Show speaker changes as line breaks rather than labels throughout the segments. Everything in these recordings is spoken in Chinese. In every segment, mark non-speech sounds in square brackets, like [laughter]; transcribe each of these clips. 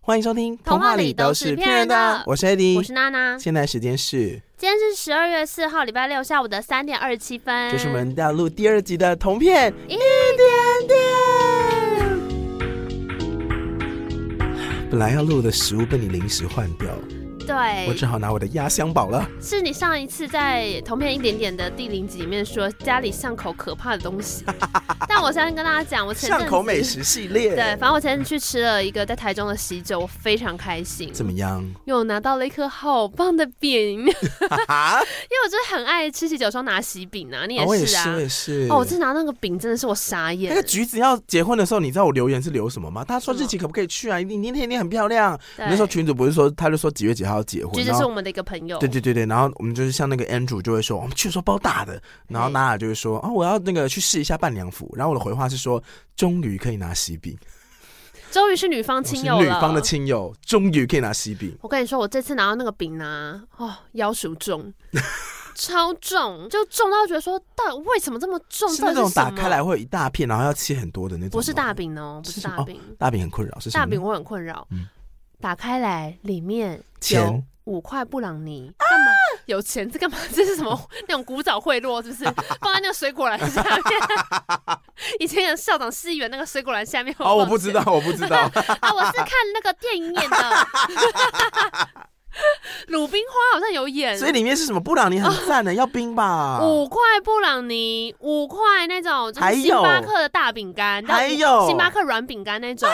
欢迎收听《
童话里都是骗人的
我是 Eddie，
我是娜娜。
现在时间是，
今天是十二月四号，礼拜六下午的三点二十七分。
这是我们要录第二集的同片。
一点点。
本来要录的食物被你临时换掉，我只
对，
好拿我的压箱宝了。
是你上一次在同片一点点的第零集里面说家里巷口可怕的
[laughs]
东西，但我先跟大家讲，我前阵
巷
子
口美。食系列，
对，反正我前阵子去吃了一个在台中的喜酒，我非常开心，
怎么
[laughs]
样？
因为我拿到了一颗好棒的饼，因 [laughs] 为
啊，
我就是很爱吃喜酒的时候拿喜饼啊，你
我
也
也
是啊
是，我。也是。
哦，我真的拿那个饼真的是我傻眼
那个。橘子要结婚的时候，你知道我留言是留什么吗？他说
什么
日期可不可以去啊？你你那天很漂亮。
对
那时候群主不是说，他就说几月几号要结婚，
橘子
然后
是我们的一个朋友，
对对对对，然后我们就是像那个 Andrew 就会说，我们去的时候包大的，然后
嘿
娜娜就会说，哦，我要那个去试一下伴娘服，然后我的回话是说，终于可以拿喜饼，
终于是女方
我是
亲友了。
女方的亲友，终于可以拿喜饼，
我跟你说，我这次拿到那个饼呢、哦，腰属重， [laughs] 超重，就重到觉得说，到底为什么这么重？
是
到
那
底是
种打
什么
开来会有一大片，然后要切很多的那种吗，
不是大饼哦，不是
是什么
大饼，
大饼很困扰，是什
大
么呢
饼我很困扰。
嗯
打开来里面有
钱
五块布朗尼，干嘛？有钱这干嘛？ [laughs] 这是什么那种古早贿赂？是不
[laughs]
是放在那个水果篮下面？ [laughs] 以前有校长市议员那个水果篮下面会
哦，我
放
不知
钱
道，我不知道，
[laughs] 啊，我是看那个电影演的， [laughs] 鲁冰花好像有演，
所以里面是什么布朗尼
啊
很赞的，要冰吧，
五块布朗尼，五块那种就
还
是
有
星巴克的大饼
还
干，然后
有啊
星巴克软饼干那种，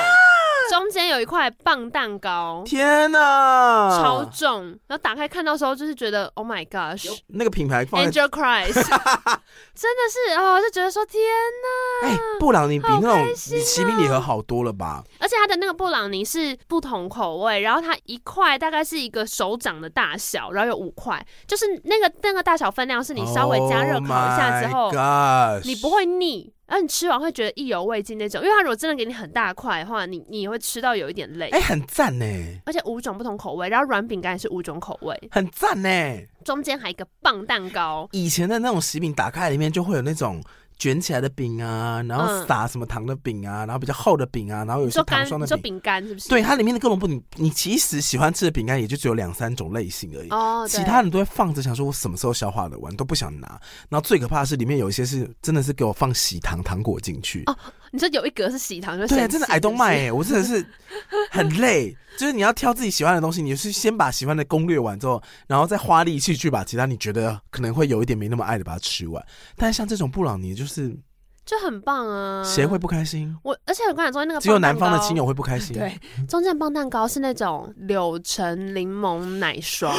中间有一块棒蛋糕。
天啊哪，
超重，然后打开看到的时候，就是觉得 Oh my gosh，Angel
那个品牌
哎
放在
Christ，真的是哦，就觉得说天哪！
哎，布朗尼比那种
好开心啊
奇饼礼盒好多了吧？
而且它的那个布朗尼是不同口味，然后它一块大概是一个手掌的大小，然后有五块，就是那个那个大小分量是你稍微加热烤一下之后
Oh my gosh
你不会腻，然后你吃完会觉得意犹未尽那种。因为它如果真的给你很大块的话，你你会吃到有一点累。
哎、很赞呢，
而且五种不同口味，然后软饼干也是五种口味，
很赞呢。
中间还有一个棒蛋糕，
以前的那种喜饼打开里面就会有那种卷起来的饼啊，然后
嗯
撒什么糖的饼啊，然后比较厚的饼啊，然后有
你
些
说
糖
干，
霜
你
的
说
饼。
饼干是不是？
对，它里面的各种不，你你其实喜欢吃的饼干也就只有两三种类型而已。
哦，
其
对
他人都会放着，想说我什么时候消化得完，都不想拿。然后最可怕的是，里面有一些是真的是给我放喜糖糖果进去。
哦你说有一格是喜糖，就
对啊，
生
真的
气
I don't
是不
mind，
是
欸、我真的是很累。就是你要挑自己喜欢的东西，你就是先把喜欢的攻略完之后，然后再花力气去把其他你觉得可能会有一点没那么爱的把它吃完。但是像这种布朗尼，就是
就很棒啊。
谁会不开心？
我？而且我跟你说，那个
只有
棒蛋
南方的
糕
亲友会不开心。
[laughs] 对，中间的棒蛋糕是那种柳橙柠檬奶霜，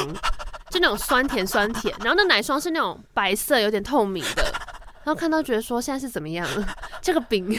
就那种酸甜酸甜，然后那奶霜是那种白色有点透明的，然后看到觉得说现在是怎么样， [laughs] 这个饼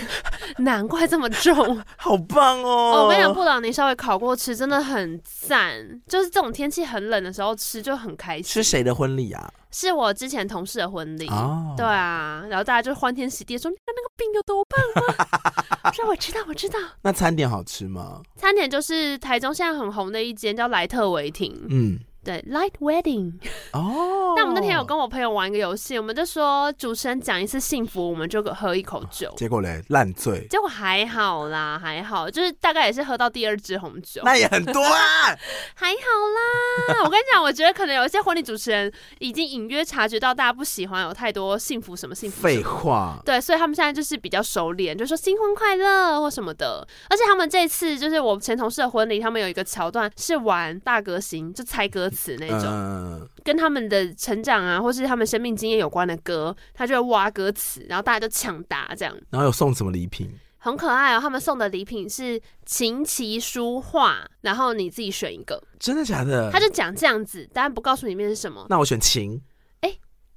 难怪这么重。
好棒
哦，
哦！
我跟你讲，布朗尼稍微烤过吃真的很赞，就是这种天气很冷的时候吃就很开
是
心。
谁的婚礼啊？
是我之前同事的婚礼。
啊，
对啊，然后大家就欢天喜地说：“你看那个饼有多棒吗？”我说：“我知道，我知道。”
那餐点好吃吗？
餐点就是台中现在很红的一间叫莱特维廷，
嗯，
对，Light Wedding。
哦。
那我们那天有跟我朋友玩一个游戏，我们就说主持人讲一次幸福，我们就喝一口酒。
结果嘞，烂醉，
结果还好啦，还好，就是大概也是喝到第二支红酒，
那也很多
[laughs]
啊。
还好
[laughs]
啦。我跟你讲，我觉得可能有一些婚礼主持人已经隐约察觉到大家不喜欢有太多幸福什么幸福什
废
么
话，
对，所以他们现在就是比较熟练，就说新婚快乐或什么的。而且他们这次就是我前同事的婚礼，他们有一个桥段是玩大歌星，就猜歌词那种，
嗯，
跟他们的成长啊，或是他们生命经验有关的歌，他就会挖歌词，然后大家就抢答这样。
然后有送什么礼品？
很可爱哦，他们送的礼品是琴棋书画，然后你自己选一个。
真的假的？
他就讲这样子，当然不告诉你里面是什么。
那我选情，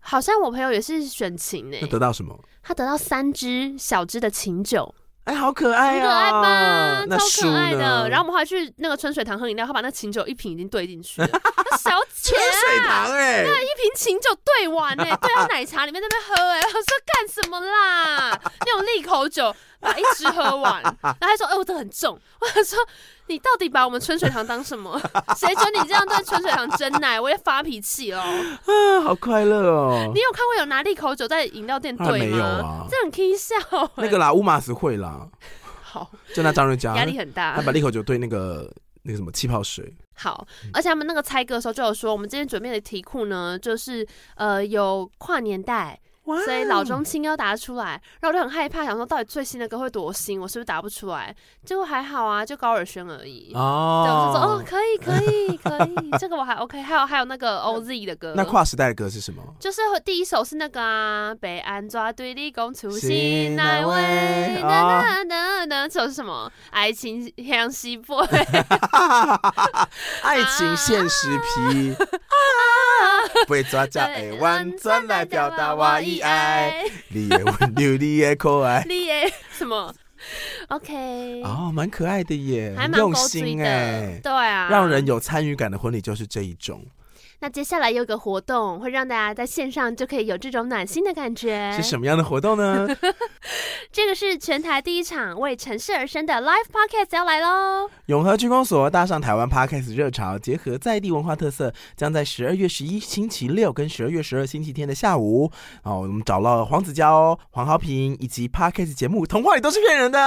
好像我朋友也是选琴呢、欸
那得到什么？
他得到三支小支的琴酒，
哎，好可爱
很
呀、
可爱吧，
那
超
书
可爱的。
呢
然后我们还去那个春水堂喝饮料，他把那琴酒一瓶已经兑进 [laughs] 去了。那小姐
春水
啊，
堂哎、
一瓶琴酒兑完 [laughs] 呢、兑到奶茶里面在那边喝哎、我说干什么啦？那种利口酒把一支喝完，然后他说哎、我这很重，我想说你到底把我们春水堂当什 [laughs] 么？谁准你这样对春水堂真奶？我也发脾气喽！
啊， [laughs] 好快乐哦
你。有看过有拿利口酒在饮料店
当然
兑
没有
吗？
啊，
这很 k 笑、
那个啦，乌马斯会啦，
好
就那张瑞佳
压，力很大
他。把利口酒对那个那个什么气泡水，
好，
嗯
而且他们那个猜歌的时候就有说，我们今天准备的题库呢，就是呃有跨年代，
哇哦
所以老中青要答得出来，然后我就很害怕，想说到底最新的歌会多新，我是不是答不出来？结果还好啊，就高尔宣而已。对，我就说哦
哦，，
可以，可以，可以，这个我还 OK。还有还有那个 OZ 的歌，
那跨时代的歌是什么？
就是第一首是那个啊，北安抓对立公出
心
心难
难
为，
为
那那那那这首是什么？爱情向西 boy，
爱情现实
啊
皮，被抓
[laughs]
脚的弯转来表达我的爱，，你的温柔，你的可
[laughs]
爱，
你耶什么？OK，
哦，蛮可爱的耶，
还
很
蛮
用
高追
心哎
的，，对啊，
让人有参与感的婚礼就是这一种。
那接下来有个活动，会让大家在线上就可以有这种暖心的感觉。
是什么样的活动呢？
这个是全台第一场为城市而生的 Live Podcast 要来喽！
永和区公所搭上台湾 Podcast 热潮，结合在地文化特色，将在十二月十一星期六跟十二月十二星期天的下午，哦，我们找到了黄子佼、黄豪平以及 Podcast 节目《童话里都是骗人的》，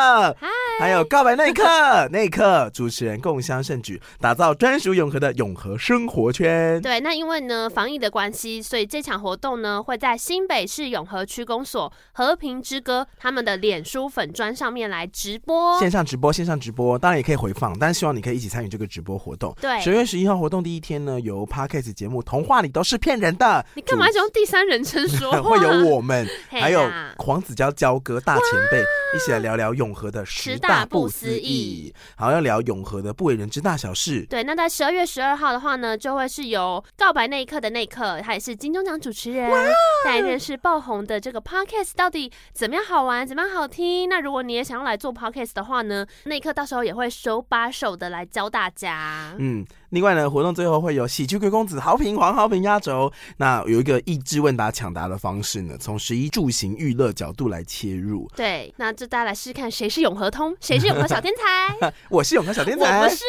还有《告白那一刻》 [laughs] 那一刻，主持人共襄盛举，打造专属永和的永和生活圈。
对，那因为呢防疫的关系，所以这场活动呢会在新北市永和区公所和平之歌他们的脸书粉砖上面来直播。
线上直播，线上直播，当然也可以回放，但是希望你可以一起参与这个直播活动。
对
十月十一号活动第一天呢，由 Podcast 节目《童话里都是骗人的》，
你干嘛一直用第三人称说 [laughs] 话？啊
会有我们，
嘿
还有
啦
黄子佼佼哥大前辈一起来聊聊永和的十大不思议，好要聊永和的不为人知大小事。
对，那在十二月十二号的话呢，就会是由《告白那一刻》的那一刻，他也是金钟奖主持人，
哦
来认识爆红的这个 podcast 到底怎么样好玩，怎么样好听。那如果你也想要来做 podcast 的话呢，那一刻到时候也会手把手的来教大家。
嗯，另外呢，活动最后会有喜剧贵公子豪平、黄豪平压轴。那有一个益智问答抢答的方式呢，从十一住行娱乐角度来切入。
对，那就大家来试试看谁是永和通，谁是永和小天才，
我是永和小 [laughs] 天
我
才
不，是。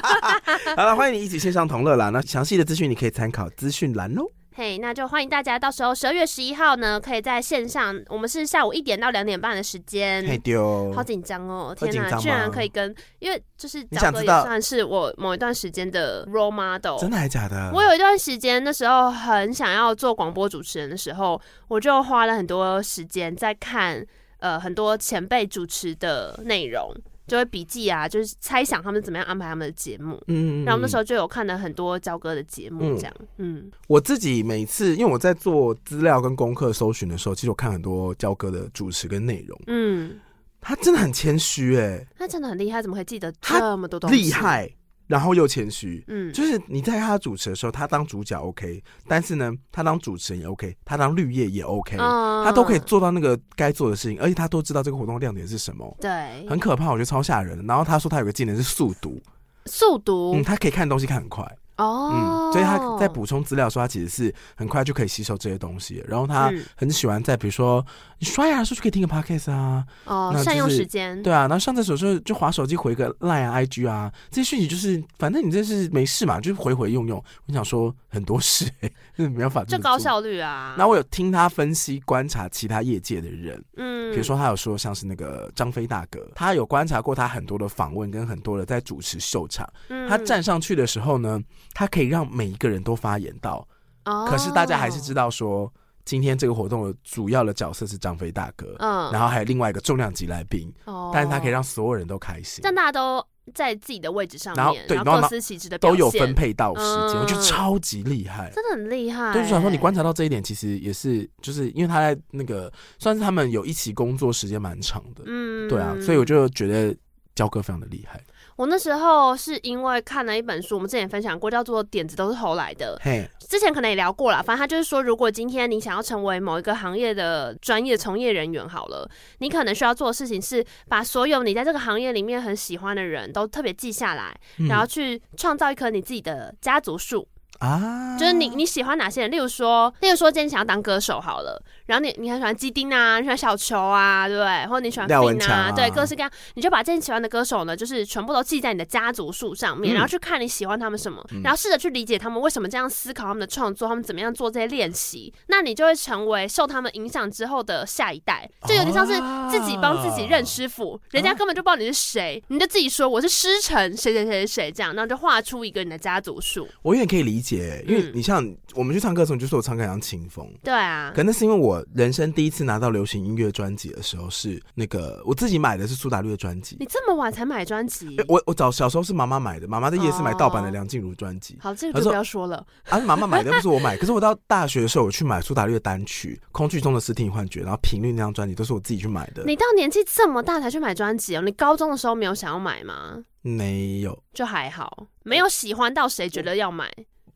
[laughs]
好了，欢迎你一起线上同乐啦。那详细的资讯你可以参考资讯栏哦喽。
嘿那就欢迎大家到时候十二月十一号呢，可以在线上，我们是下午一点到两点半的时间。
嘿丢，
嗯好紧张哦！
会
天
紧
哪，
张
居然
吗
可以跟，因为就是
你
角
想
哥
知
也
道
算是我某一段时间的 role model。
真的还假的？
我有一段时间，那时候很想要做广播主持人的时候，我就花了很多时间在看呃很多前辈主持的内容，就会笔记啊，就是猜想他们怎么样安排他们的节目。
嗯，嗯嗯
然后那时候就有看了很多焦哥的节目，
嗯
这样，嗯，
我自己每次，因为我在做资料跟功课搜寻的时候，其实我看很多焦哥的主持跟内容，
嗯，
他真的很谦虚哎，
他真的很厉害，怎么会记得
他
这么多东西？
厉，害，然后又谦虚。
嗯，
就是你在他主持的时候，他当主角 OK，但是呢，他当主持人也 OK，他当绿叶也 OK，、
嗯
他都可以做到那个该做的事情，而且他都知道这个活动亮点是什么，
对，
很可怕，我觉得超吓人的。然后他说他有个技能是速读，
速读，
嗯，他可以看东西看很快，
哦、
嗯，所以他在补充资料的时候，他其实是很快就可以吸收这些东西。然后他
嗯
很喜欢在比如说你刷牙的时候就可以听个 podcast 啊，
哦、
那
善
就
用
是
时间，
对啊，然后上厕所的时候就划手机回个 line 啊、IG 啊，这些讯息就是反正你这是没事嘛，就是回回用用。我想说很多事、 [laughs] 欸，就是没办法这
就
么
高
做。
效率啊。
然后我有听他分析观察其他业界的人，
嗯，
比如说他有说像是那个张飞大哥，他有观察过他很多的访问跟很多的在主持秀场，
嗯，
他站上去的时候呢，他可以让每一个人都发言到。
哦，
可是大家还是知道说，今天这个活动的主要的角色是张飞大哥，
嗯，
然后还有另外一个重量级来宾，
哦，
但是他可以让所有人都开心，
让大家都在自己的位置上面，
然后对然后
各司其职的表
都
现，
有分，配到时间，
嗯
我觉得超级厉害。
真的很厉害、
就是想说，你观察到这一点，其实也是，就是因为他在那个算是他们有一起工作时间蛮长的，
嗯，
对啊，所以我就觉得焦哥非常的厉害。
我嗯那时候是因为看了一本书，我们之前也分享过，叫做《点子都是偷来的》，
嘿，
之前可能也聊过了，反正他就是说，如果今天你想要成为某一个行业的专业从业人员，好了，你可能需要做的事情是把所有你在这个行业里面很喜欢的人都特别记下来，
嗯
然后去创造一棵你自己的家族树。
啊，
就是你你喜欢哪些人？例如说，例如说今天想要当歌手好了，然后你你很喜欢基丁啊，你喜欢小球啊，对不对？或者你喜欢
廖文
Fin
强
啊，
啊
对，各式各样，你就把这些喜欢的歌手呢，就是全部都记在你的家族树上面，
嗯
然后去看你喜欢他们什么，
嗯
然后试着去理解他们为什么这样思考他们的创作，他们怎么样做这些练习，那你就会成为受他们影响之后的下一代，就有点像是自己帮自己
哦
认师傅，人
嗯
家根本就不知道你是谁，你就自己说我是师承谁谁谁谁谁这样，然后就画出一个你的家族树，
我有点可以理解，因为
嗯
你像我们去唱歌的时候，你就说我唱歌很像清风。
对啊，
可那是因为我人生第一次拿到流行音乐专辑的时候，是那个我自己买的是苏打绿的专辑
你。这么晚才买专辑
欸？我我早小时候是妈妈买的，妈妈在夜市买盗版的
哦
梁静茹专辑，
好，这
他
个就
说
不要说了。
啊，妈妈买的不是我买。可是我到大学的时候，我去买苏打绿的单曲《空气中的尸体与幻觉》，然后《频率》那张专辑都是我自己去买的。
你到年纪这么大才去买专辑哦？你高中的时候没有想要买吗？
没有，
就还好，没有喜欢到谁觉得要买。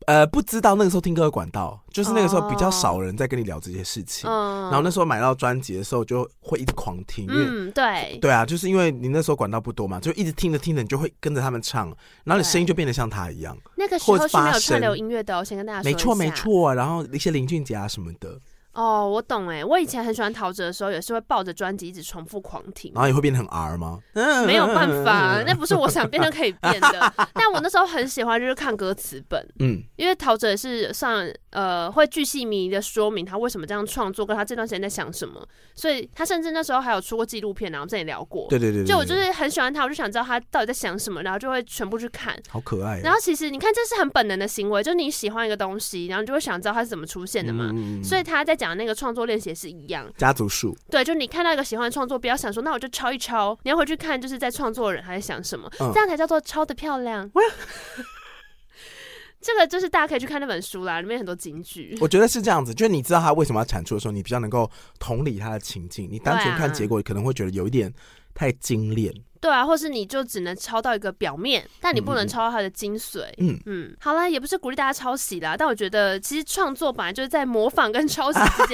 呃，不知道那个时候听歌的管道，就是那个时候比
哦
较少人在跟你聊这些事情。
嗯，
然后那时候买到专辑的时候，就会一直狂听，因为
嗯，对，
对啊，就是因为你那时候管道不多嘛，就一直听着听着，你就会跟着他们唱，然后你声音就变得像他一样，
那个时
或
候是没
发
有串流
声
音乐的哦、我先跟大家说
没
一
错
下
没。错。啊然后一些林俊杰啊什么的，
哦，我懂哎，我以前很喜欢陶喆的时候，也是会抱着专辑一直重复狂听。
然后也会变得很 R 吗？嗯，
[laughs] 没有办
[laughs]
法，啊那不是我想变就可以变的。 [laughs] 但我那时候很喜欢，就是看歌词本，
嗯
因为陶喆也是上呃会巨细靡遗的说明他为什么这样创作，跟他这段时间在想什么，所以他甚至那时候还有出过纪录片，然后这里聊过。
对对对对，
就我就
对
是很喜欢他，我就想知道他到底在想什么，然后就会全部去看。
好可爱哦，
然后其实你看，这是很本能的行为，就是你喜欢一个东西，然后你就会想知道它是怎么出现的嘛。
嗯嗯嗯
所以他在讲那个创作练习也是一样，
家族树，
对，就你看到一个喜欢的创作，不要想说那我就抄一抄，你要回去看就是在创作的人他在想什么，
嗯
这样才叫做抄的漂亮。这个就是大家可以去看那本书啦，里面有很多金句。
我觉得是这样子，就是你知道他为什么要产出的时候，你比较能够同理他的情境，你单纯
对啊
看结果，可能会觉得有一点太精炼。
对啊，或是你就只能抄到一个表面，但你
嗯
不
嗯
能
嗯
抄到它的精髓。
嗯
嗯，好啦，也不是鼓励大家抄袭啦，但我觉得其实创作本来就是在模仿跟抄袭
[laughs]
之间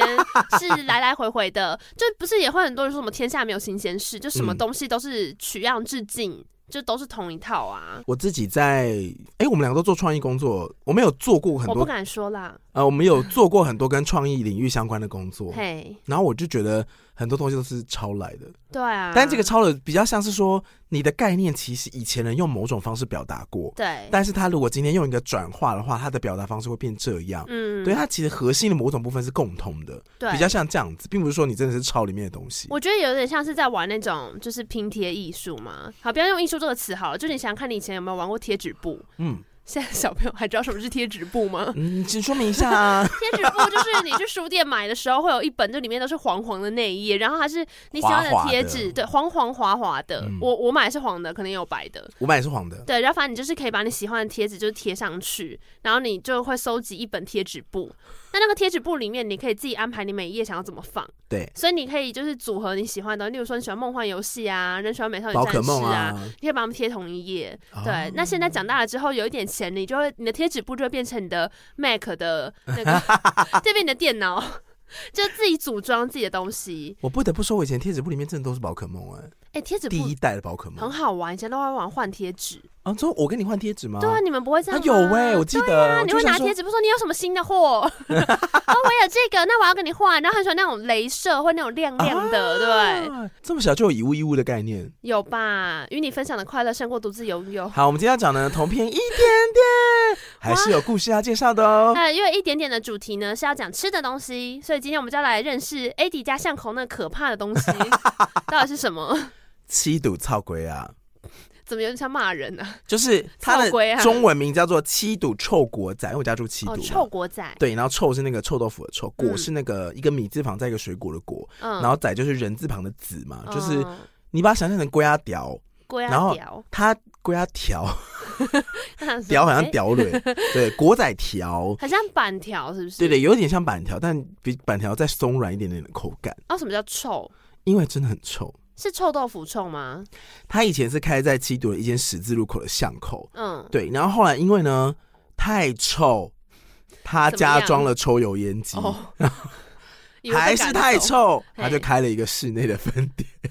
是来来回回的，就不是也会很多人说什么天下没有新鲜事，就什么
嗯
东西都是取样致敬，就都是同一套啊。
我自己在，哎、我们两个都做创意工作，我们有做过很
我不
多，
敢说啦，
呃，我们有做过很多跟创意领域相关的工作。
嘿，
然后我就觉得很多东西都是抄来的，
对啊，
但这个抄的比较像是说你的概念其实以前人用某种方式表达过，
对，
但是他如果今天用一个转化的话，他的表达方式会变这样。
嗯
对，它其实核心的某种部分是共同的，
对
比较像这样子，并不是说你真的是抄里面的东西。
我觉得有点像是在玩那种就是拼贴艺术嘛。好，不要用艺术这个词好了，就你想想看，你以前有没有玩过贴纸布？
嗯？
[laughs] 现在小朋友还知道什么是贴纸布
[laughs]
吗
嗯，请说明一下
[laughs]
啊，
贴纸布就是你去书店买的时候会有一本，这里面都是黄黄的内页，然后它是你喜欢
滑滑的
贴纸，对，黄黄滑滑的。
嗯
我我买的是黄的，可能也有白的，
我买也是黄的，
对。然后反正你就是可以把你喜欢的贴纸就是贴上去，然后你就会收集一本贴纸布。那那个贴纸布里面，你可以自己安排你每一页想要怎么放，
对，
所以你可以就是组合你喜欢的，例如说你喜欢梦幻游戏啊，人喜欢美少女
宝
战
可梦
士啊，
啊，
你可以把它们贴同一页。
啊
对，那现在长大了之后，有一点钱，你就会你的贴纸布就会变成你的 Mac 的那个，
[laughs]
这边你的电脑，就自己组装自己的东西。
我不得不说，我以前贴纸簿里面真的都是宝可梦哎、
哎、贴纸
第一
布
代的宝可
很
梦
好玩，以前都会玩换贴纸。
啊，之后我跟你换贴纸吗？
对啊，你们不会这
啊
样吗？
有哎、我记得，
啊
我
你
就
会
想
拿
说
贴纸布说你有什么新
[laughs]
的货？哦，我有这个，那我要跟你换。然后很喜欢那种镭射或那种亮亮的，对，
啊这么小就有以物易物的概念。
有吧？与你分享的快乐胜过独自拥有。
好，我们今天要讲的同片一点点，还是有故事要介绍的
[laughs]
哦。
呃那因为一点点的主题呢是要讲吃的东西，所以今天我们就要来认识 A D 家巷口那可怕
[laughs]
的东西到底是什么？
七堵草龟啊，
怎么有点像骂人呢、啊？
就是它的
臭龟啊
中文名叫做七堵臭国仔，因为我家住七堵嘛、
哦，臭果仔，
对，然后臭是那个臭豆腐的臭，果
嗯
是那个一个米字旁再一个水果的果，
嗯，
然后仔就是人字旁的子嘛，就是
嗯
你把它想象成龟啊屌，
龟啊
然后
屌， [laughs]
它龟啊条
那什么
屌好像
哎
屌蕊， [laughs] 对，果仔条，
很像板条是不是？
对对，有点像板条，但比板条再松软一点点的口感，
哦，什么叫臭？
因为真的很臭。
是臭豆腐臭吗？
他以前是开在七堵的一间十字路口的巷口，
嗯，
对，然后后来因为呢太臭，他
怎么样
家装了抽油烟机， [laughs]
哦，以为被
还
赶
是太
走
臭，
嘿
他就开了一个室内的分店。 [laughs]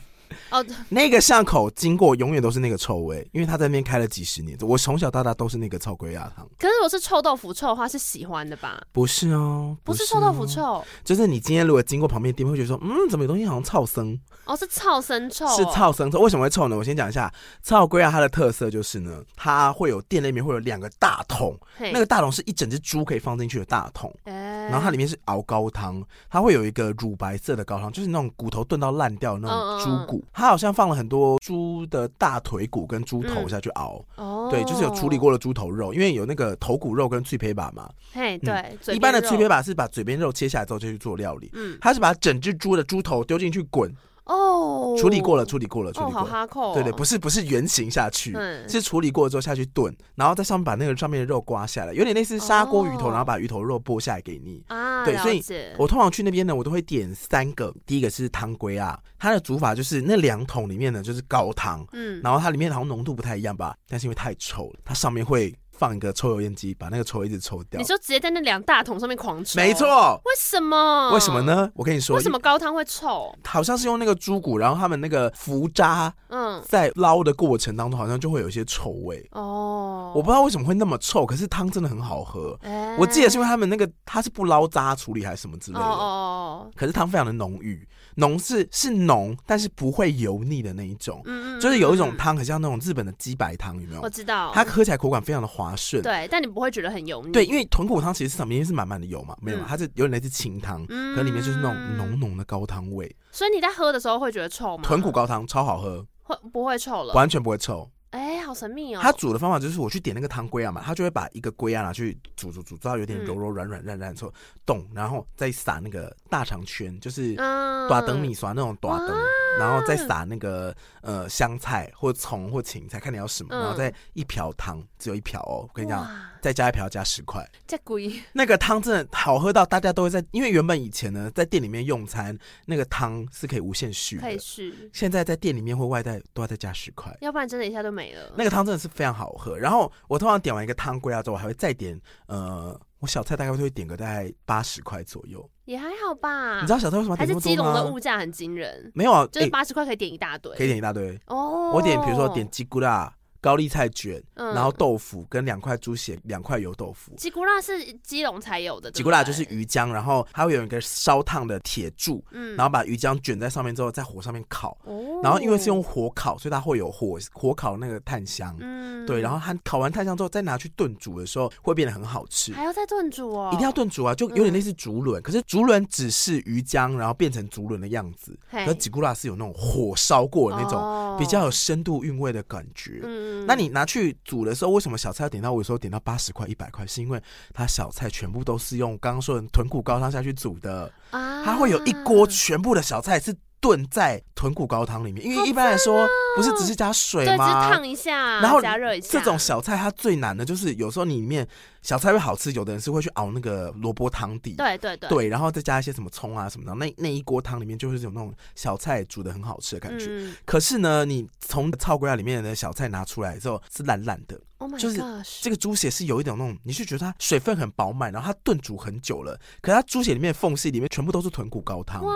哦，
那个巷口经过永远都是那个臭味，因为他在那边开了几十年，我从小到大都是那个臭龟鸭汤。
可是我是臭豆腐臭的话是喜欢的吧？
不是哦，
不
是
是臭豆腐
哦，
臭，
就是你今天如果经过旁边的店，会觉得说，嗯，怎么有东西好像臭生？
哦是臭生臭、哦
是。臭生臭，为什么会臭呢？我先讲一下，臭龟啊，它的特色就是呢，它会有店内面会有两个大桶，
嘿
那个大桶是一整只猪可以放进去的大桶，
哎，
然后它里面是熬高汤，它会有一个乳白色的高汤，就是那种骨头炖到烂掉的那
嗯嗯
种
嗯
猪骨，它好像放了很多猪的大腿骨跟猪头下去熬，
哦，
对，就是有处理。过的猪头肉，因为有那个头骨肉跟脆皮把嘛，
嘿，对，
嗯
嘴
一般的
边
脆皮
肉
把是把嘴边肉切下来之后就去做料理，
嗯
它是把整只猪的猪头丢进去滚，
哦，
嗯处理过了，处理过了，处
哦，
理过
好
了。
哈扣、哦，
对对，不是不是圆形下去，
嗯
是处理过之后下去炖，然后在上面把那个上面的肉刮下来，有点类似砂锅鱼头，
哦
然后把鱼头肉剥下来给你。
啊，
对所以
了解
我通常去那边呢，我都会点三个，第一个是汤龟啊，它的煮法就是那两桶里面呢就是高汤，
嗯，
然后它里面好像浓度不太一样吧，但是因为太臭了，它上面会放一个抽油烟机，把那个抽一直抽掉
你。就直接在那两大桶上面狂抽，
没，错，
为什么？
为什么？呢？我跟你说，
嗯为什么高汤会臭？
好像是用那个猪骨，然后他们那个浮渣
嗯，
在捞的过程当中，好像就会有一些臭味。
哦，
我不知道为什么会那么臭，可是汤真的很好喝。
哎
我记得是因为他们那个它是不捞渣处理还是什么之类
哦
的，
哦哦，
可是汤非常的浓郁，浓是是浓，但是不会油腻的那一种，
嗯嗯，
就是有一种
嗯，
汤很像那种日本的鸡白汤，有没
嗯我
有？
知道，
它喝起来口感非常的滑顺。
对，但你不会觉得很油腻，
对，，因为豚骨汤其实市场明明是满满的油嘛，没有嘛，
嗯
它是有点类似清汤，
嗯嗯
可里面就是那种浓，浓的高汤味。
所以你在喝的时候会觉得臭吗？
豚骨高汤超好喝，
会不会臭了？
完全不会臭。
哎，好神秘哦，
它煮的方法就是我去点那个汤龟啊嘛，它就会把一个龟啊拿去煮煮煮，煮到有点
嗯
柔柔软软烂烂之后冻，然后再撒那个大肠圈，就是
嗯，
短灯米刷那种短灯，然后再撒那个呃香菜或葱或芹菜，看你要什么，
嗯
然后再一瓢汤，只有一瓢哦，我跟你讲。
哇，
再加一瓢加十块，
这鬼，
那个汤真的好喝到大家都会在，因为原本以前呢在店里面用餐，那个汤是可以无限续
可
的
以，试，
现在在店里面或外带都要再加十块。
要不然真的一下就没了。
那个汤真的是非常好喝。然后我通常点完一个汤龟啊之后，我还会再点呃，我小菜大概会点个大概八十块左右。
也还好吧，
你知道小菜为什么要
还
点
啊是基
那
隆
么
的
多吗？
物价很惊人，
没有啊，
就是
诶
八十块可以点一大堆，
可以点一大堆。
哦。
我点比如说点，鸡骨辣、高丽菜卷，
嗯
然后豆腐跟两块猪血、两块油豆腐。
吉古辣是基隆才有的，对不对
鸡骨辣就是鱼浆，然后它会有一个烧烫的铁柱，
嗯，
然后把鱼浆卷在上面之后，在火上面烤。
哦
然后因为是用火烤，所以它会有火火烤那个炭香。
嗯
对，然后它烤完炭香之后，再拿去炖煮的时候，会变得很好吃。
还要再炖煮哦，
一定要炖煮啊，就有点类似
嗯
竹轮，可是竹轮只是鱼浆，然后变成竹轮的样子。
嘿
而吉古拉是有那种火烧过的那种，
哎哦
比较有深度韵味的感觉。
嗯
那你拿去煮的时候，为什么小菜要点到我有时候点到八十块、一百块？是因为它小菜全部都是用刚刚说的豚骨高汤下去煮的，
啊，
它会有一锅全部的小菜是炖在豚骨高汤里面，因为一般来说不是只是加水
啊对，只是
吗？
烫一下，
然后
啊加热一下
这种小菜它最难的就是有时候你里面小菜会好吃，有的人是会去熬那个萝卜汤底，
对对对，
对然后再加一些什么葱啊什么的，那那一锅汤里面就是有那种小菜煮的很好吃的感觉。
嗯
可是呢，你从炒龟啊里面的小菜拿出来之后是烂烂的，
，Oh my
就是
gosh，
这个猪血是有一种那种，你是觉得它水分很饱满，然后它炖煮很久了，可是它猪血里面的缝隙里面全部都是豚骨高汤，
哇，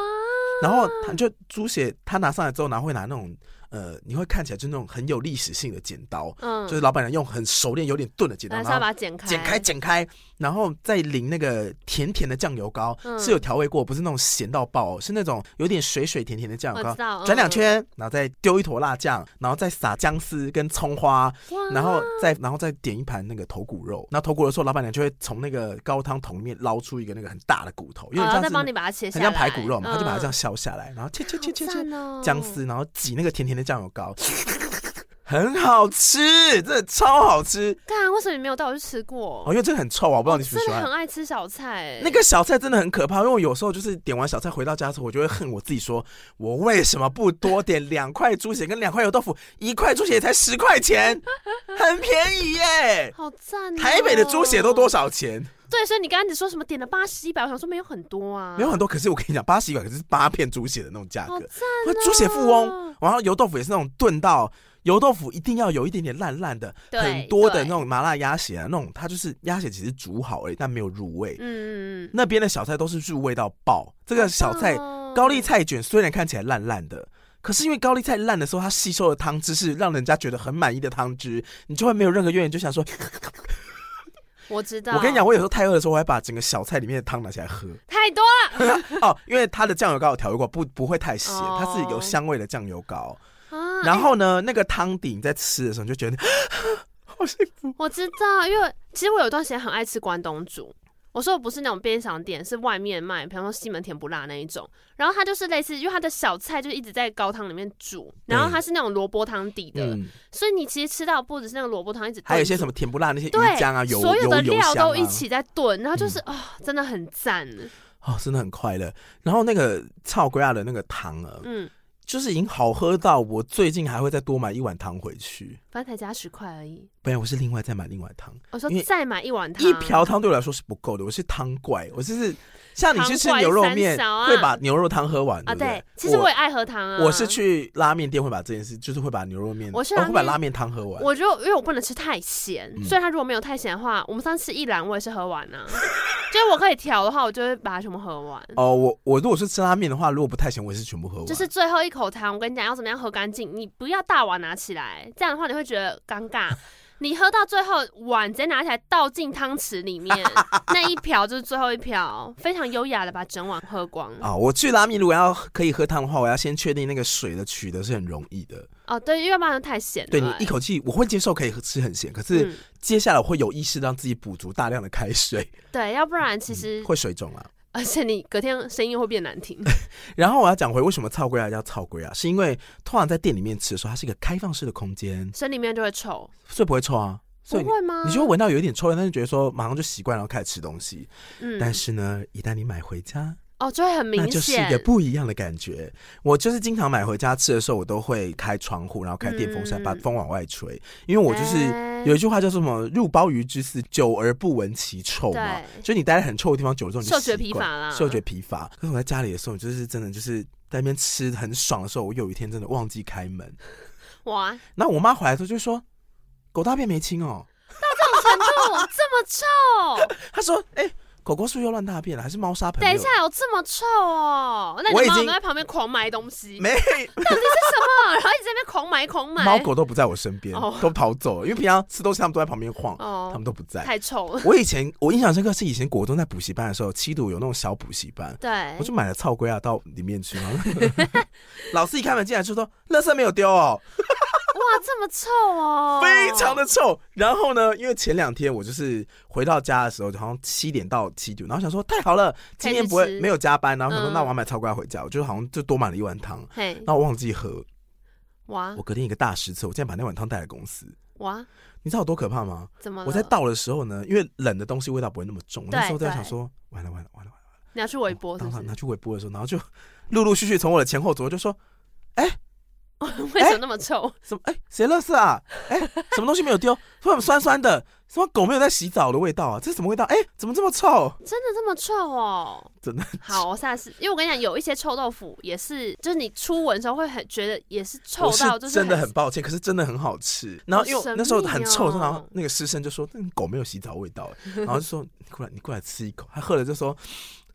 然后它就猪血它拿上来之后，然后会拿那种呃，你会看起来就是那种很有历史性的剪刀，
嗯，
就是老板娘用很熟练、有点钝的剪刀，
来是要
然后
把它剪开，
剪开、剪开，然后再淋那个甜甜的酱油膏，
嗯
是有调味过，不是那种咸到爆、哦，是那种有点水水甜甜的酱油
我
膏
知。道，
转两
嗯，
圈，然后再丢一坨辣酱，然后再撒姜丝跟葱花，
哇
然后再然后再点一盘那个头骨肉。那头骨肉的时候，老板娘就会从那个高汤桶里面捞出一个那个很大的骨头，有点
哦然后
像
再
是
帮你把它切下
很
来，
像排骨肉嘛，她就把它这
嗯
样削下来，然后切切切切切，
哦
姜丝，然后挤那个甜甜的酱油膏，很好吃，真的超好吃
干，为什么你没有带我去吃过？
哦！因为这个很臭啊，我不知道你喜不
哦真
喜
的
欢。
很爱吃小菜、欸，
那个小菜真的很可怕，因为我有时候就是点完小菜回到家的时候，我就会恨我自己说，我为什么不多点两块猪血跟两块油豆腐？一块猪血才十块钱，很便宜耶、
好赞、哦！
台北的猪血都多？少钱？
对，所以你刚刚只说什么点了八十一百，我想说没有很多啊，
没有很多，可是我跟你讲，八十一百可是八片猪血的那种价
好
格，
赞、
那
哦！
猪血富翁，然后油豆腐也是那种炖到油豆腐一定要有一点点烂烂的，
对
很多的
对
那种麻辣鸭血啊，那种它就是鸭血只是煮好而已，但没有入味。
嗯，嗯嗯，
那边的小菜都是入味到爆，这个小菜
好棒哦
高丽菜卷虽然看起来烂烂的，可是因为高丽菜烂的时候，它吸收的汤汁是让人家觉得很满意的汤汁，你就会没有任何怨言，就想
[laughs]
说，
我知道。
我跟你讲，，我有时候太饿的时候，我会把整个小菜里面的汤拿起来喝。
太多了
哦，因为它的酱油膏有调味过，不不会太咸，
哦
它是有香味的酱油膏。
啊！
然后呢，那个汤底你在吃的时候，你就
[laughs]
觉得好幸福。
我知道，因为其实我有一段时间很爱吃关东煮。我说的不是那种边赏店，是外面卖，比方说西门甜不辣那一种。然后它就是类似，因为它的小菜就一直在高汤里面煮，然后它是那种萝卜汤底的，
嗯，
所以你其实吃到不只是那个萝卜汤一直炖煮，
还有一些什么甜不辣那些鱼
对
浆啊、油
所有的
油油
料
香
都
啊嗯
一起在炖，然后就是啊、真的很赞，
哦，真的很快乐。然后那个草龟亚的那个汤啊，
嗯，
就是已经好喝到我最近还会再多买一碗汤回去。
反正才加十块而已。
不然我是另外再买另外汤，
我说
因为
再买一碗汤，嗯
一瓢汤对我来说是不够的，我是汤怪，我就是像你去吃
汤怪
牛肉面
三勺啊
会把牛肉汤喝完，对
啊，
不
对，其实我也爱喝汤啊，
我是去拉面店会把这件事，就是会把牛肉面，
我是
哦
拉
会把
面
拉面汤喝完。
我就因为我不能吃太咸，
嗯
所以它如果没有太咸的话，我们上次吃一兰我也是喝完啊。 [laughs] 就是我可以调的话，我就会把它全部喝完。
哦，我我如果是吃拉面的话，如果不太咸，我也是全部喝完。
就是最后一口汤，我跟你讲要怎么样喝干净，你不要大碗拿起来，这样的话你会觉得尴尬。你喝到最后，碗直接拿起来倒进汤匙里
[laughs]
面，那一瓢就是最后一瓢，非常优雅的把整碗喝光。
啊、我去拉面如果要可以喝汤的话，我要先确定那个水的取得是很容易的。
哦，对，因为不然太咸了欸。
对你一口气，我会接受可以吃很咸，可是
嗯
接下来我会有意识让自己补足大量的开水，
对，要不然 [laughs] 其实，
会水肿啊。
而且你隔天声音会变
[laughs]
难听。
然后我要讲回为什么草龟啊叫草龟啊，是因为通常在店里面吃的时候，它是一个开放式的空间，
身里面就会臭，
所以不会臭啊。所
不
以你
会吗？
你就会闻到有一点臭味，但是觉得说马上就习惯，然后开始吃东西。
嗯
但是呢，一旦你买回家，
哦，就会很
那
明
就是
显
一个。不一样的感觉。我就是经常买回家吃的时候，我都会开窗户，然后开电风扇，
嗯
把风往外吹，因为我就是。
哎
有一句话叫做什么“入鲍鱼之肆，久而不闻其臭”嘛，
对
就你待在很臭的地方久了之后，你就
嗅觉
习
疲
惯
乏啦
嗅觉疲乏。可是我在家里的时候，就是真的就是在那边吃很爽的时候，我有一天真的忘记开门，
哇，
那我妈回来的时候就说：“狗大便没清哦。
程度这么
[laughs]
臭，”
她说：“哎、狗狗是不是又乱大便了？还是猫砂盆？”
等一下，有这么臭哦？那
我
你
已
妈
经
妈在旁边狂买东西，
没
到底是什么？然后一直在那边狂买狂买，
猫狗都不在我身边
哦，
都跑走了。因为平常吃东西，他们都在旁边晃，他
哦
们，都不在。
太臭了。
我以前我印象深刻是以前国中在补习班的时候，七堵有那种小补习班，
对
我，就买了草龟啊到里面去，然后
[laughs]
老师一开门进来就说：“垃圾没有丢哦，
哇，这么臭
[laughs]
哦，
非常的臭。”然后呢，因为前两天我就是回到家的时候，好像七点到七堵，然后想说太好了，今天不
可以去
会
吃
没有加班，然后想说
嗯
那我要买草龟啊回家，我就好像就多买了一碗汤，
嘿
然，后我忘记喝，
哇
我隔天一个大失策，我竟然把那碗汤带来公司，
哇，
你知道有多可怕吗？
怎么了？
我在倒的时候呢，因为冷的东西味道不会那么重，我那
嗯对
时候在想
对
说，完了完了完了完了，
你要去微波是
当
不
场拿
是？
去微波的时候，然后就陆陆续续从我的前后左右就说
[laughs] 为什么那么臭？
什么哎谁垃圾啊，
[laughs]
哎什么东西没有丢，说很酸酸的，什么狗没有在洗澡的味道啊，这是什么味道？哎怎么这么臭？
真的这么臭哦？
真的
好，我下次，因为我跟你讲，有一些臭豆腐也是，就是你初闻的时候会很觉得也是臭
我是
到，就是
真的很抱歉，可是真的很好吃。然后因为
神
那时候
秘
很臭，
哦
然后那个师生就说嗯狗没有洗澡味道，哎
[laughs]
然后就说你过来你过来吃一口，他喝了就说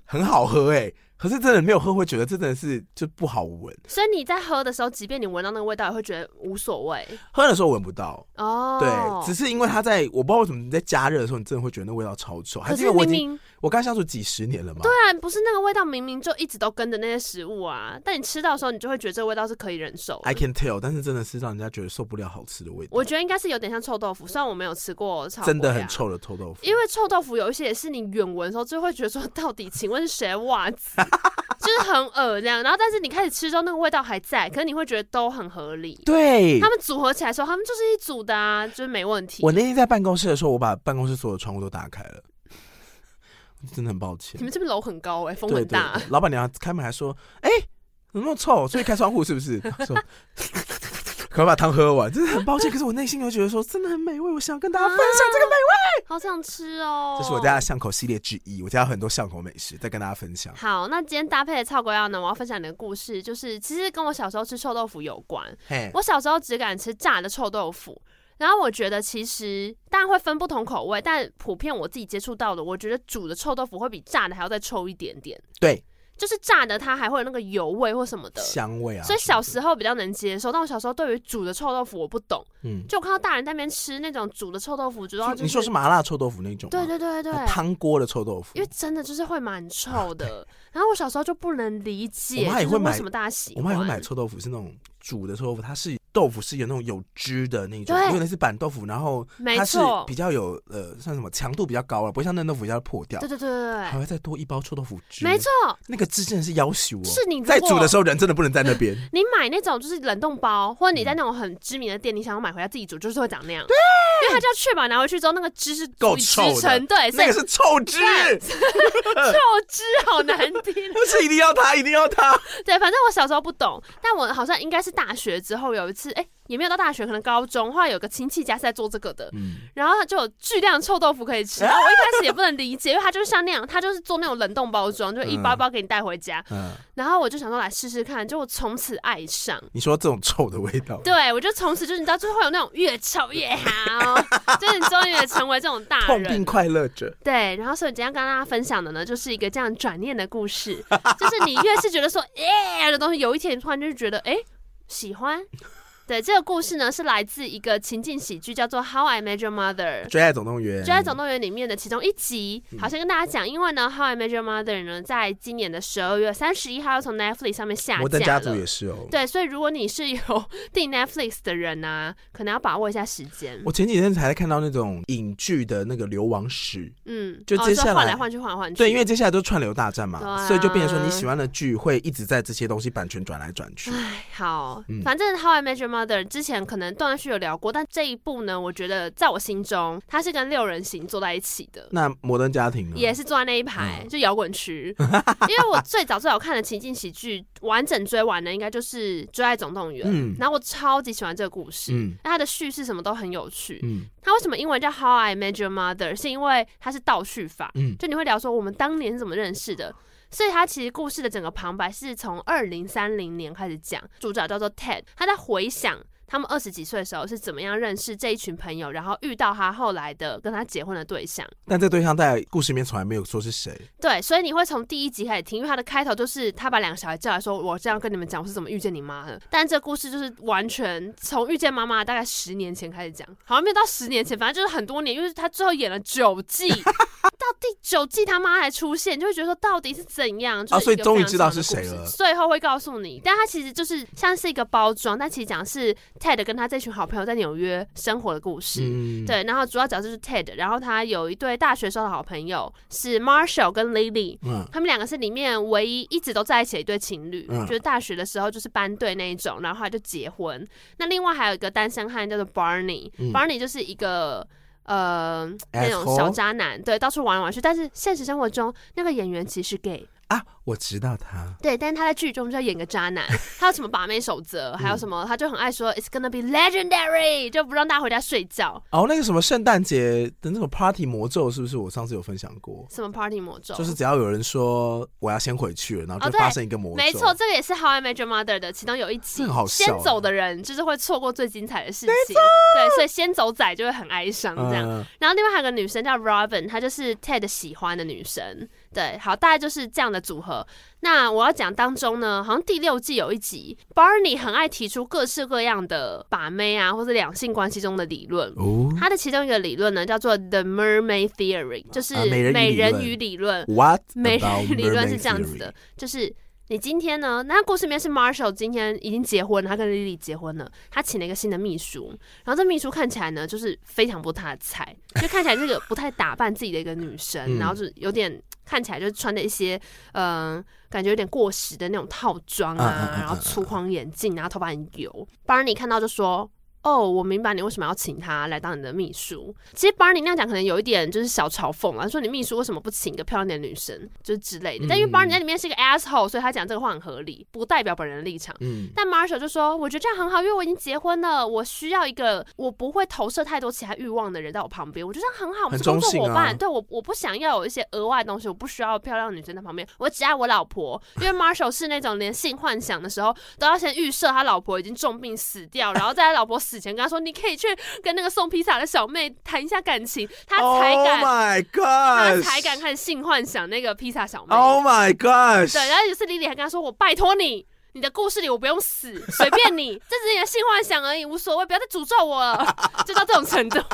很好喝哎、可是真的没有喝会觉得这真的是就不好闻，
所以你在喝的时候，即便你闻到那个味道，也会觉得无所谓
喝的时候闻不到。
哦。
对，只是因为它在我不知道为什么你在加热的时候，你真的会觉得那味道超臭，还
可
是因
是
为我
明
已经
明
我跟他相处几十年了嘛？
对啊，不是那个味道，明明就一直都跟着那些食物啊。但你吃到的时候，你就会觉得这个味道是可以忍受的
i can tell，但是真的是让人家觉得受不了好吃的味道，
我觉得应该是有点像臭豆腐，虽然我没有吃过炒，
真的很。臭的臭豆腐。
因为臭豆腐有一些也是你远闻的时候就会觉得说，到底请问是谁的袜子，
[laughs]
就是很恶这样。然后但是你开始吃之后，那个味道还在，可是你会觉得都很合理。
对
他，们组合起来的时候，他们就是一组的啊，就是没问题。
我那天在办公室的时候，我把办公室所有的窗户都打开了， [laughs] 真的很抱歉
你。们这边楼很高哎、风
对
很
对
大、，
对老板娘开门还说：“哎、怎么那么臭？所以开窗户是不 [laughs] 是？”说。可不可以把汤喝完，真的很抱歉。可是我内心又觉得说，真的很美味，我想跟大家分享这个美
啊好想吃哦！
这是我家的巷口系列之一，我家有很多巷口美食，再跟大家分享。
好，那今天搭配的臭锅药呢，我要分享你的故事，就是其实跟我小时候吃臭豆腐有关。
嘿，
我小时候只敢吃炸的臭豆腐，然后我觉得其实当然会分不同口味，但普遍我自己接触到的，我觉得煮的臭豆腐会比炸的还要再臭一点点。
对，
就是炸的它还会有那个油味或什么的。
香味啊。
所以小时候比较能接受，但我小时候对于煮的臭豆腐我不懂，
嗯，
就我看到大人在那边吃那种煮的臭豆腐，主要就是
你说是麻辣臭豆腐那种吗？
对对对对对，
汤锅的臭豆腐
因。为真的就是会蛮臭的。然后我小时候就不能理解，
我妈也
就是
会买
为什么大家喜
我
欢。
妈也会买臭豆腐，是那种煮的臭豆腐，它是豆腐是有那种有汁的那种，
对
因为那是板豆腐，然后
没
它是
错
比，较有呃，算什么强度比较高了，啊不会像嫩豆腐一样破掉
对，对对对
还
对，
会再多一包臭豆腐汁。
没错，，
那个汁真的是要求哦。
是你如
在煮的
果
时候人嗯真的不能在那边，
你买那种就是冷冻包，或者你在那种很知名的店，你想要买回家自己煮，就是会长那样。对，因为它就要确保拿回去之后那个汁是
够
足以支
臭的
撑对，所
那
以
个是臭汁，
臭汁好难听。
不是一定要它，一定要它。
对，反正我小时候不懂，但我好像应该是大学之后有一次，哎、也没有到大学，可能高中，后来有个亲戚家是在做这个的，
嗯，
然后他就有巨量臭豆腐可
[laughs]
以吃。然后我一开始也不能理解，因为他就是像那样，他就是做那种冷冻包装，就一包一包给你带回家。
嗯，
然后我就想说来试试看，就我从此爱上。
你说这种臭的味道，
对，我就从此就是你知道，就会有那种越臭越
[laughs]
好，就是你终于也成为这种大
痛并
啊人。
快乐着。
对，然后所以今天跟大家分享的呢，就是一个这样转念的故事，
[laughs]
就是你越是觉得说耶的东西，有一天你突然就是觉得哎、喜欢。对，这个故事呢是来自一个情境喜剧，叫做《How I Met Your Mother》。
追爱总动员，
《追爱总动员》里面的其中一集，
嗯
好像跟大家讲，因为呢，《How I Met Your Mother》呢，在今年的十二月三十一号要从 Netflix 上面下
摩登
架
家族也
了。
是哦。
对，所以如果你是有订 Netflix 的人呢、可能要把握一下时间。
我前几天才看到那种影剧的那个流亡史，
嗯，
就
哦
接下来
换来换去，换来换去。
对，因为接下来都是串流大战嘛，
对啊
所以就变成说你喜欢的剧会一直在这些东西版权转来转去。
唉好，
嗯
反正《How I Met Your Mother》之前可能断断续续有聊过，但这一部呢，我觉得在我心中，它是跟六人行坐在一起的。
那摩登家庭呢？
也是坐在那一排，
嗯
就摇
[laughs]
滚区。因为我最早最好看的情境喜剧，完整追完的应该就是《追爱总动员》，
嗯
然后我超级喜欢这个故事。
嗯
那它的叙事什么都很有趣。
嗯
它为什么英文叫 How I Met Your Mother？是因为它是倒叙法，
嗯，
就你会聊说我们当年是怎么认识的。所以它其实故事的整个旁白是从二零三零年开始讲，主角叫做 Ted，他在回想他们二十几岁的时候是怎么样认识这一群朋友，然后遇到他后来的跟他结婚的对象。
但这对象在故事里面从来没有说是谁，
对，所以你会从第一集开始听，因为它的开头就是他把两个小孩叫来说：“我这样跟你们讲，我是怎么遇见你妈的。”但这故事就是完全从遇见妈妈大概十年前开始讲，好像没有到十年前，反正就是很多年，因为他最后演了
[laughs]
九季，到第九季他妈才出现，就会觉得说到底是怎样？就是
啊所以
一个
终于
非常
知道
长的
是
故
谁
事
了
最后会告诉你，但它其实就是像是一个包装，但其实讲的是 Ted 跟他这群好朋友在纽约生活的故事。
嗯，
对，然后主要角色是 Ted，然后他有一对大学时候的好朋友是 Marshall 跟 Lily，
嗯，
他们两个是里面唯一一直都在一起的一对情侣，
嗯
就是大学的时候就是班队那一种，然后后来就结婚。那另外还有一个单身汉叫做 Barney，Barney、
嗯
Barney 就是一个。呃，那种
Asshole
小渣男，对，到处玩来玩去。但是现实生活中，那个演员其实是 gay，
啊，我知道他，
对，但是他在剧中就要演个
[laughs]
渣男，他有什么把妹守
嗯
则，还有什么，他就很爱说 "It's gonna be legendary"，就不让大家回家睡觉。
哦，那个什么圣诞节的那种 party 魔咒，是不是我上次有分享过？
什么 party 魔咒？
就是只要有人说我要先回去了，然后
哦
就
对
发生一个魔咒，
没错，，这个也是《How I Met Your Mother》的其中有一集
这个好，笑哦
先走的人就是会错过最精彩的事情，对，所以先走仔就会很哀伤这样。
嗯，
然后另外还有个女生叫 Robin，她就是 Ted 喜欢的女生，对，好，大概就是这样的组合。那我要讲当中呢，好像第六季有一集，Barney 很爱提出各式各样的把妹啊，或者两性关系中的理论。
哦
它的其中一个理论呢，叫做 The Mermaid Theory，就是
啊美人鱼
美人
理论
鱼理论。
，What？
[laughs] 美
about
人理论是
mermaid
这样子
theory？
的，就是你今天呢，那故事里面是 Marshall 今天已经结婚了，他跟 Lily 结婚了，他请了一个新的秘书，然后这秘书看起来呢，就是非常不他的菜，就看起来这个不太打扮自己的一个女
嗯
生，然后就是有点。看起来就是穿的一些，嗯、感觉有点过时的那种套装
啊啊
啊
啊，
然后粗框眼镜，然后头发很油。Barney 看到就说：“哦，我明白你为什么要请他来当你的秘书。其实 Barney 那样讲可能有一点就是小嘲讽啊，说你秘书为什么不请一个漂亮点的女生，就是之类的。但因为
嗯
Barney 在里面是一个 asshole，所以他讲这个话很合理，不代表本人的立场。
嗯，
但 Marshall 就说：“我觉得这样很好，因为我已经结婚了，我需要一个我不会投射太多其他欲望的人在我旁边，我觉得这样很好，我们是
很
工
中
作
性啊
伙伴。对我，我不想要有一些额外的东西，我不需要漂亮的女生在旁边，我只爱我老婆。因为 Marshall 是那种连性幻想的时候都要先预设他老婆已经重病死掉，然后在他老婆死死前跟他说，你可以去跟那个送披萨的小妹谈一下感情，他
Oh
才
嗯
敢
my
他
God，
才敢看性幻想那个披萨小妹。
Oh my God，
对，然后就是莉莉还跟他说：“我拜托你，你的故事里我不用死，随便你，这只是你的性幻想而已，无所谓，不要再诅咒我了。” [laughs] 就到这种程度。 [laughs]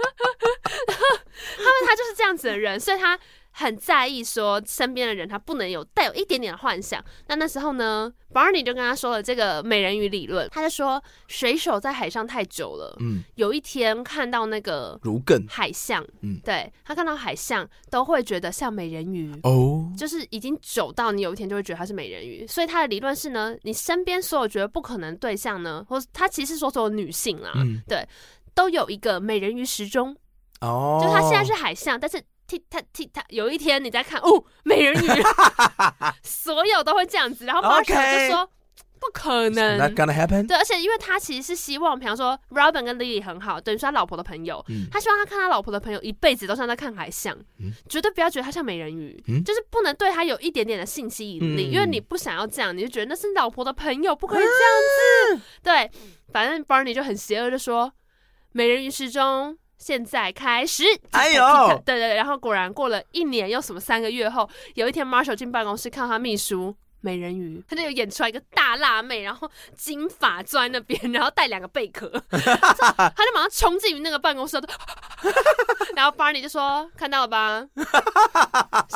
然后他们他就是这样子的人，所以他很在意说身边的人他不能有带有一点点的幻想。那那时候呢，Barney 就跟他说了这个美人鱼理论，他就说水手在海上太久了，
嗯，
有一天看到那个
如更
海象，
嗯
对他看到海象都会觉得像美人鱼。
哦，
就是已经久到你有一天就会觉得它是美人鱼，所以他的理论是呢，你身边所有觉得不可能对象呢，或是他其实说所有女性啊，
嗯，
都有一个美人鱼时钟，
哦，
就是他现在是海象，但是踢他踢他，有一天你再看哦，
[laughs]
美人鱼，所有都会这样子，然后 Marshall
OK
就说不可
Not
能。
gonna happen，
对，而且因为他其实是希望，比方说 Robin 跟 Lily 很好，等于是他老婆的朋友，
嗯
他希望他看他老婆的朋友一辈子都像在看海象，
嗯
绝对不要觉得他像美人鱼，
嗯
就是不能对他有一点点的性吸引力，
嗯
因为你不想要这样，你就觉得那是老婆的朋友，不可以这
啊
样子。对，反正 Barney 就很邪恶，就说美人鱼时钟。现在开始，
哎呦
对对，对然后果然过了一年又什么三个月后，有一天 Marshall 进办公室看到他秘书美人鱼，他就有演出来一个大辣妹，然后金发坐在那边，然后带两个贝壳， [laughs] 他就马上冲进那个办公室，然后 Barney 就说：“看到了吧，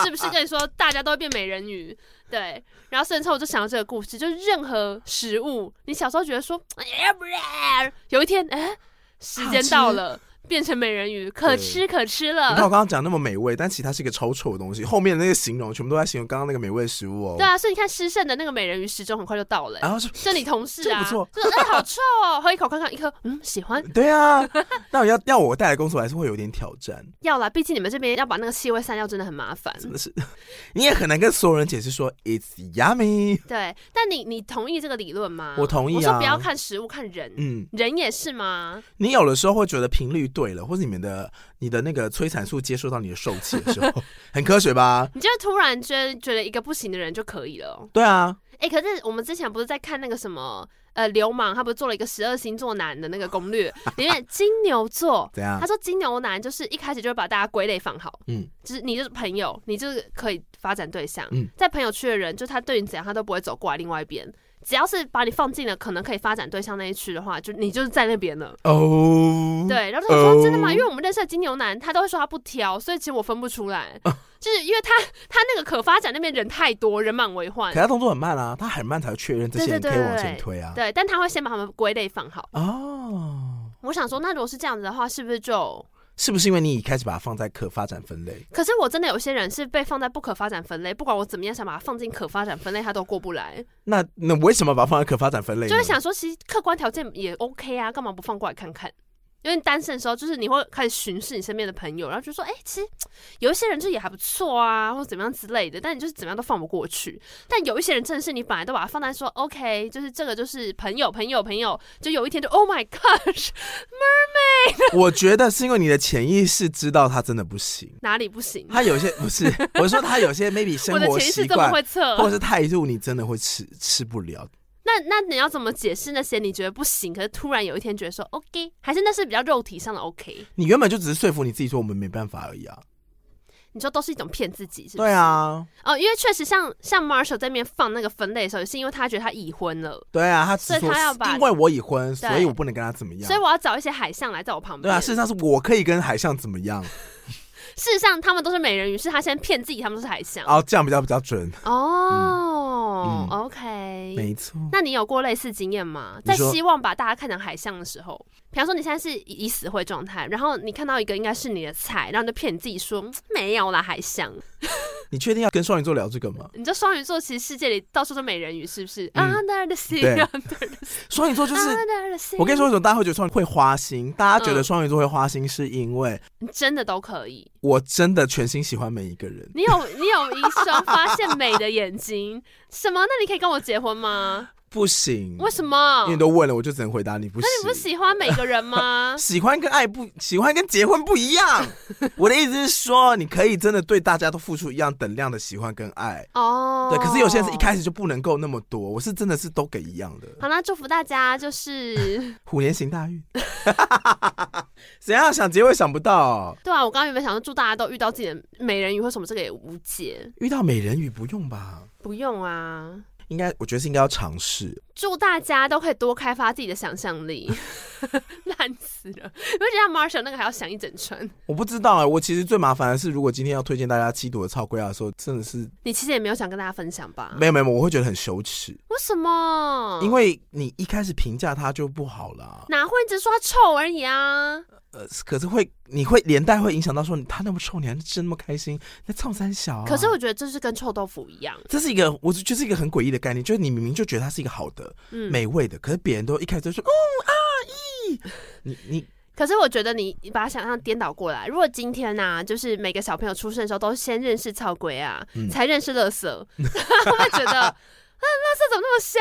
是不是跟你说大家都会变美人鱼？”对，然后甚至我就想到这个故事，就是任何食物，你小时候觉得说，哎不然有一天，哎，时间到了，变成美人鱼，可吃可吃
你看
了。
我刚刚讲那么美味，但其实它是一个超臭的东西。后面那个形容全部都在形容刚刚那个美味的食物哦。
对啊，所以你看失胜的那个美人鱼时钟很快就到了、
然后是，
就你同事啊，
[laughs] 这个不
就是哎、好臭哦，喝一口看看，一颗嗯喜欢，
对啊，那要要我带来工作还是会有点挑战，
要啦，毕竟你们这边要把那个气味散掉真的很麻烦。
真的是，你也很难跟所有人解释说 it's yummy。
对，但你你同意这个理论吗？
我同意啊
我说不要看食物，看人，
嗯，
人也是吗？
你有的时候会觉得频率对了，或者你们的你的那个催产素接受到你的受气的时
[laughs]
候，很科学吧？
你就突然觉觉得一个不行的人就可以了哦。
对啊，
哎、可是我们之前不是在看那个什么呃流氓，他不是做了一个十二星座男的那个攻 [laughs] 略，里面金牛座。
怎样
他？说金牛男就是一开始就会把大家归类放好，
嗯，
就是你就是朋友，你就是可以发展对象。
嗯
在朋友区的人，就他对你怎样，他都不会走过来另外一边。只要是把你放进了可能可以发展对象那一区的话，就你就是在那边了。
哦，，
对，然后他就
哦
说真的吗？因为我们认识的金牛男，他都会说他不挑，所以其实我分不出来， [laughs] 就是因为他他那个可发展那边人太多，人满为患
可。他动作很慢啊，他很慢才会确认这些人
对
可
对
以
对
往前推啊。
对，但他会先把他们归类放好。
哦，
我想说，那如果是这样子的话，是不是就？
是不是因为你一开始把它放在可发展分类？
可是我真的有些人是被放在不可发展分类，不管我怎么样想把它放进可发展分类，他都过不来，
那那为什么把它放在可发展分类呢？
就会想说，其实客观条件也 OK 啊，干嘛不放过来看看？因为你单身的时候，就是你会开始巡视你身边的朋友，然后就说，哎、其实有一些人就也还不错啊，或者怎么样之类的，但你就是怎么样都放不过去。但有一些人真的是你本来都把它放在说 OK，就是这个就是朋友朋友朋友，就有一天就 Oh my gosh，
我觉得是因为你的潜意识知道他真的不行，
哪里不行？
他有些不是，我是说他有些 maybe [laughs] 生
[laughs] 我的
活
潜意识
习
怎么
惯
会测？
或者是态度，你真的会吃吃不了。
那那你要怎么解释那些你觉得不行，可是突然有一天觉得说 OK，还是那是比较肉体上的 OK？
你原本就只是说服你自己说我们没办法而已啊。
你说都是一种骗自己，是不是？
对啊，
哦，因为确实像像 Marshall 在那边放那个分类的时候，也是因为他觉得他已婚了，
对啊，他只
所以
说
他要把
因为我已婚，所以我不能跟他怎么样
所以。我要找一些海象来在我旁
对
边。
啊，事实上是我可以跟海象怎么
[laughs]
样？
事实上他们都是美人鱼，是他先骗自己他们都是海象。
哦，这样比较比较准，
哦、
嗯
o k
没错。
那你有过类似经验吗？
你
在
说
希望把大家看成海象的时候，比方说你现在是以以死会状态，然后你看到一个应该是你的菜，然后你就骗你自己说嗯没有啦，海象。
你确定要跟双鱼座聊这个
[laughs]
吗？
你知道双鱼座其实世界里到处都美人鱼，是不是、
嗯
u n d e r the sea,
对
under
双鱼座就是
under the sea。
我跟你说，为什么大家会觉得双鱼会花心？大家觉得
啊嗯
双鱼座会花心，是因为
你真的都可以。
我真的全心喜欢每一个人。
你有你有一双发现美的眼睛，什么？那你可以跟我结婚吗？
不行，
为什么
嗯因为？你都问了，我就只能回答你不
那你不
行。？
喜欢每个人
[laughs]
吗
喜欢跟爱不喜欢跟结婚不一样，我的意思是说，你可以真的对大家都付出一样等量的喜欢跟爱，
哦，
对。可是有些人是一开始就不能够那么多，我是真的是都给一样的。
好啦，祝福大家，就是
[laughs] 虎年行大运，怎样想结尾想不到，
对啊，我刚刚原本想说祝大家都遇到自己的美人鱼或什么，这个也无解，
遇到美人鱼不用吧？
不用啊。
应该我觉得是应该要尝试，
祝大家都可以多开发自己的想
[laughs]
象力，烂死了！你会觉得像 Marshall 那个还要想一整串？
我不知道哎、我其实最麻烦的是，如果今天要推荐大家七朵的超龟啊的时候，真的是
你其实也没有想跟大家分享吧？
没有没有，我会觉得很羞耻，
为什么？
因为你一开始评价它就不好啦。
哪会只说他臭而已啊？
呃，可是会你会连带会影响到说他那么臭，你还真那么开心，那臭三小、啊。
可是我觉得这是跟臭豆腐一样，
这是一个，我觉得是一个很诡异的概念，就是你明明就觉得它是一个好的、
嗯，
美味的，可是别人都一开始就说，哦啊咦，你 [laughs] 你
可是我觉得你你把它想象颠倒过来，如果今天呐、就是每个小朋友出生的时候都先认识草龟啊，
嗯
才认识垃圾，他会觉得啊，垃圾怎么那么香？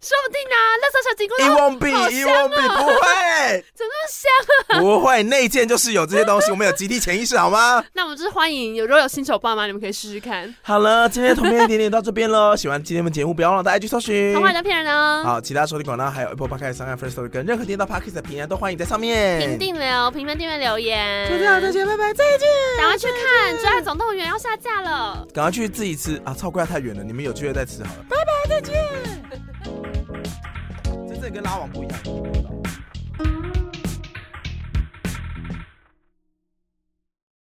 说不定啊，垃圾小金
一
龟
瓮比
好
一
香
瓮比，不会，
怎么那么香？
不会，内建就是有这些东西，我们有集体潜意识，好吗？
那我们就是欢迎有如果有新手爸妈，你们可以试试看，
[laughs] 好了，今天的同片一点点到这边喽。喜欢今天的节目，不要忘了到 IG 搜寻
童。话在骗人
[laughs]
呢。
好，其他收听管道还有 Apple Podcast、s o u n First Story 跟任何电到 Podcast 的平台都欢迎在上
评
面。
定留、评分、订阅、留言，
就这样，再见，拜拜，再见。
赶快去看《追爱总动员》要下架了。
赶快去自己吃啊！超怪太远了，你们有机会再吃好了。拜拜，再见。这这跟拉网不一样，你就不知道。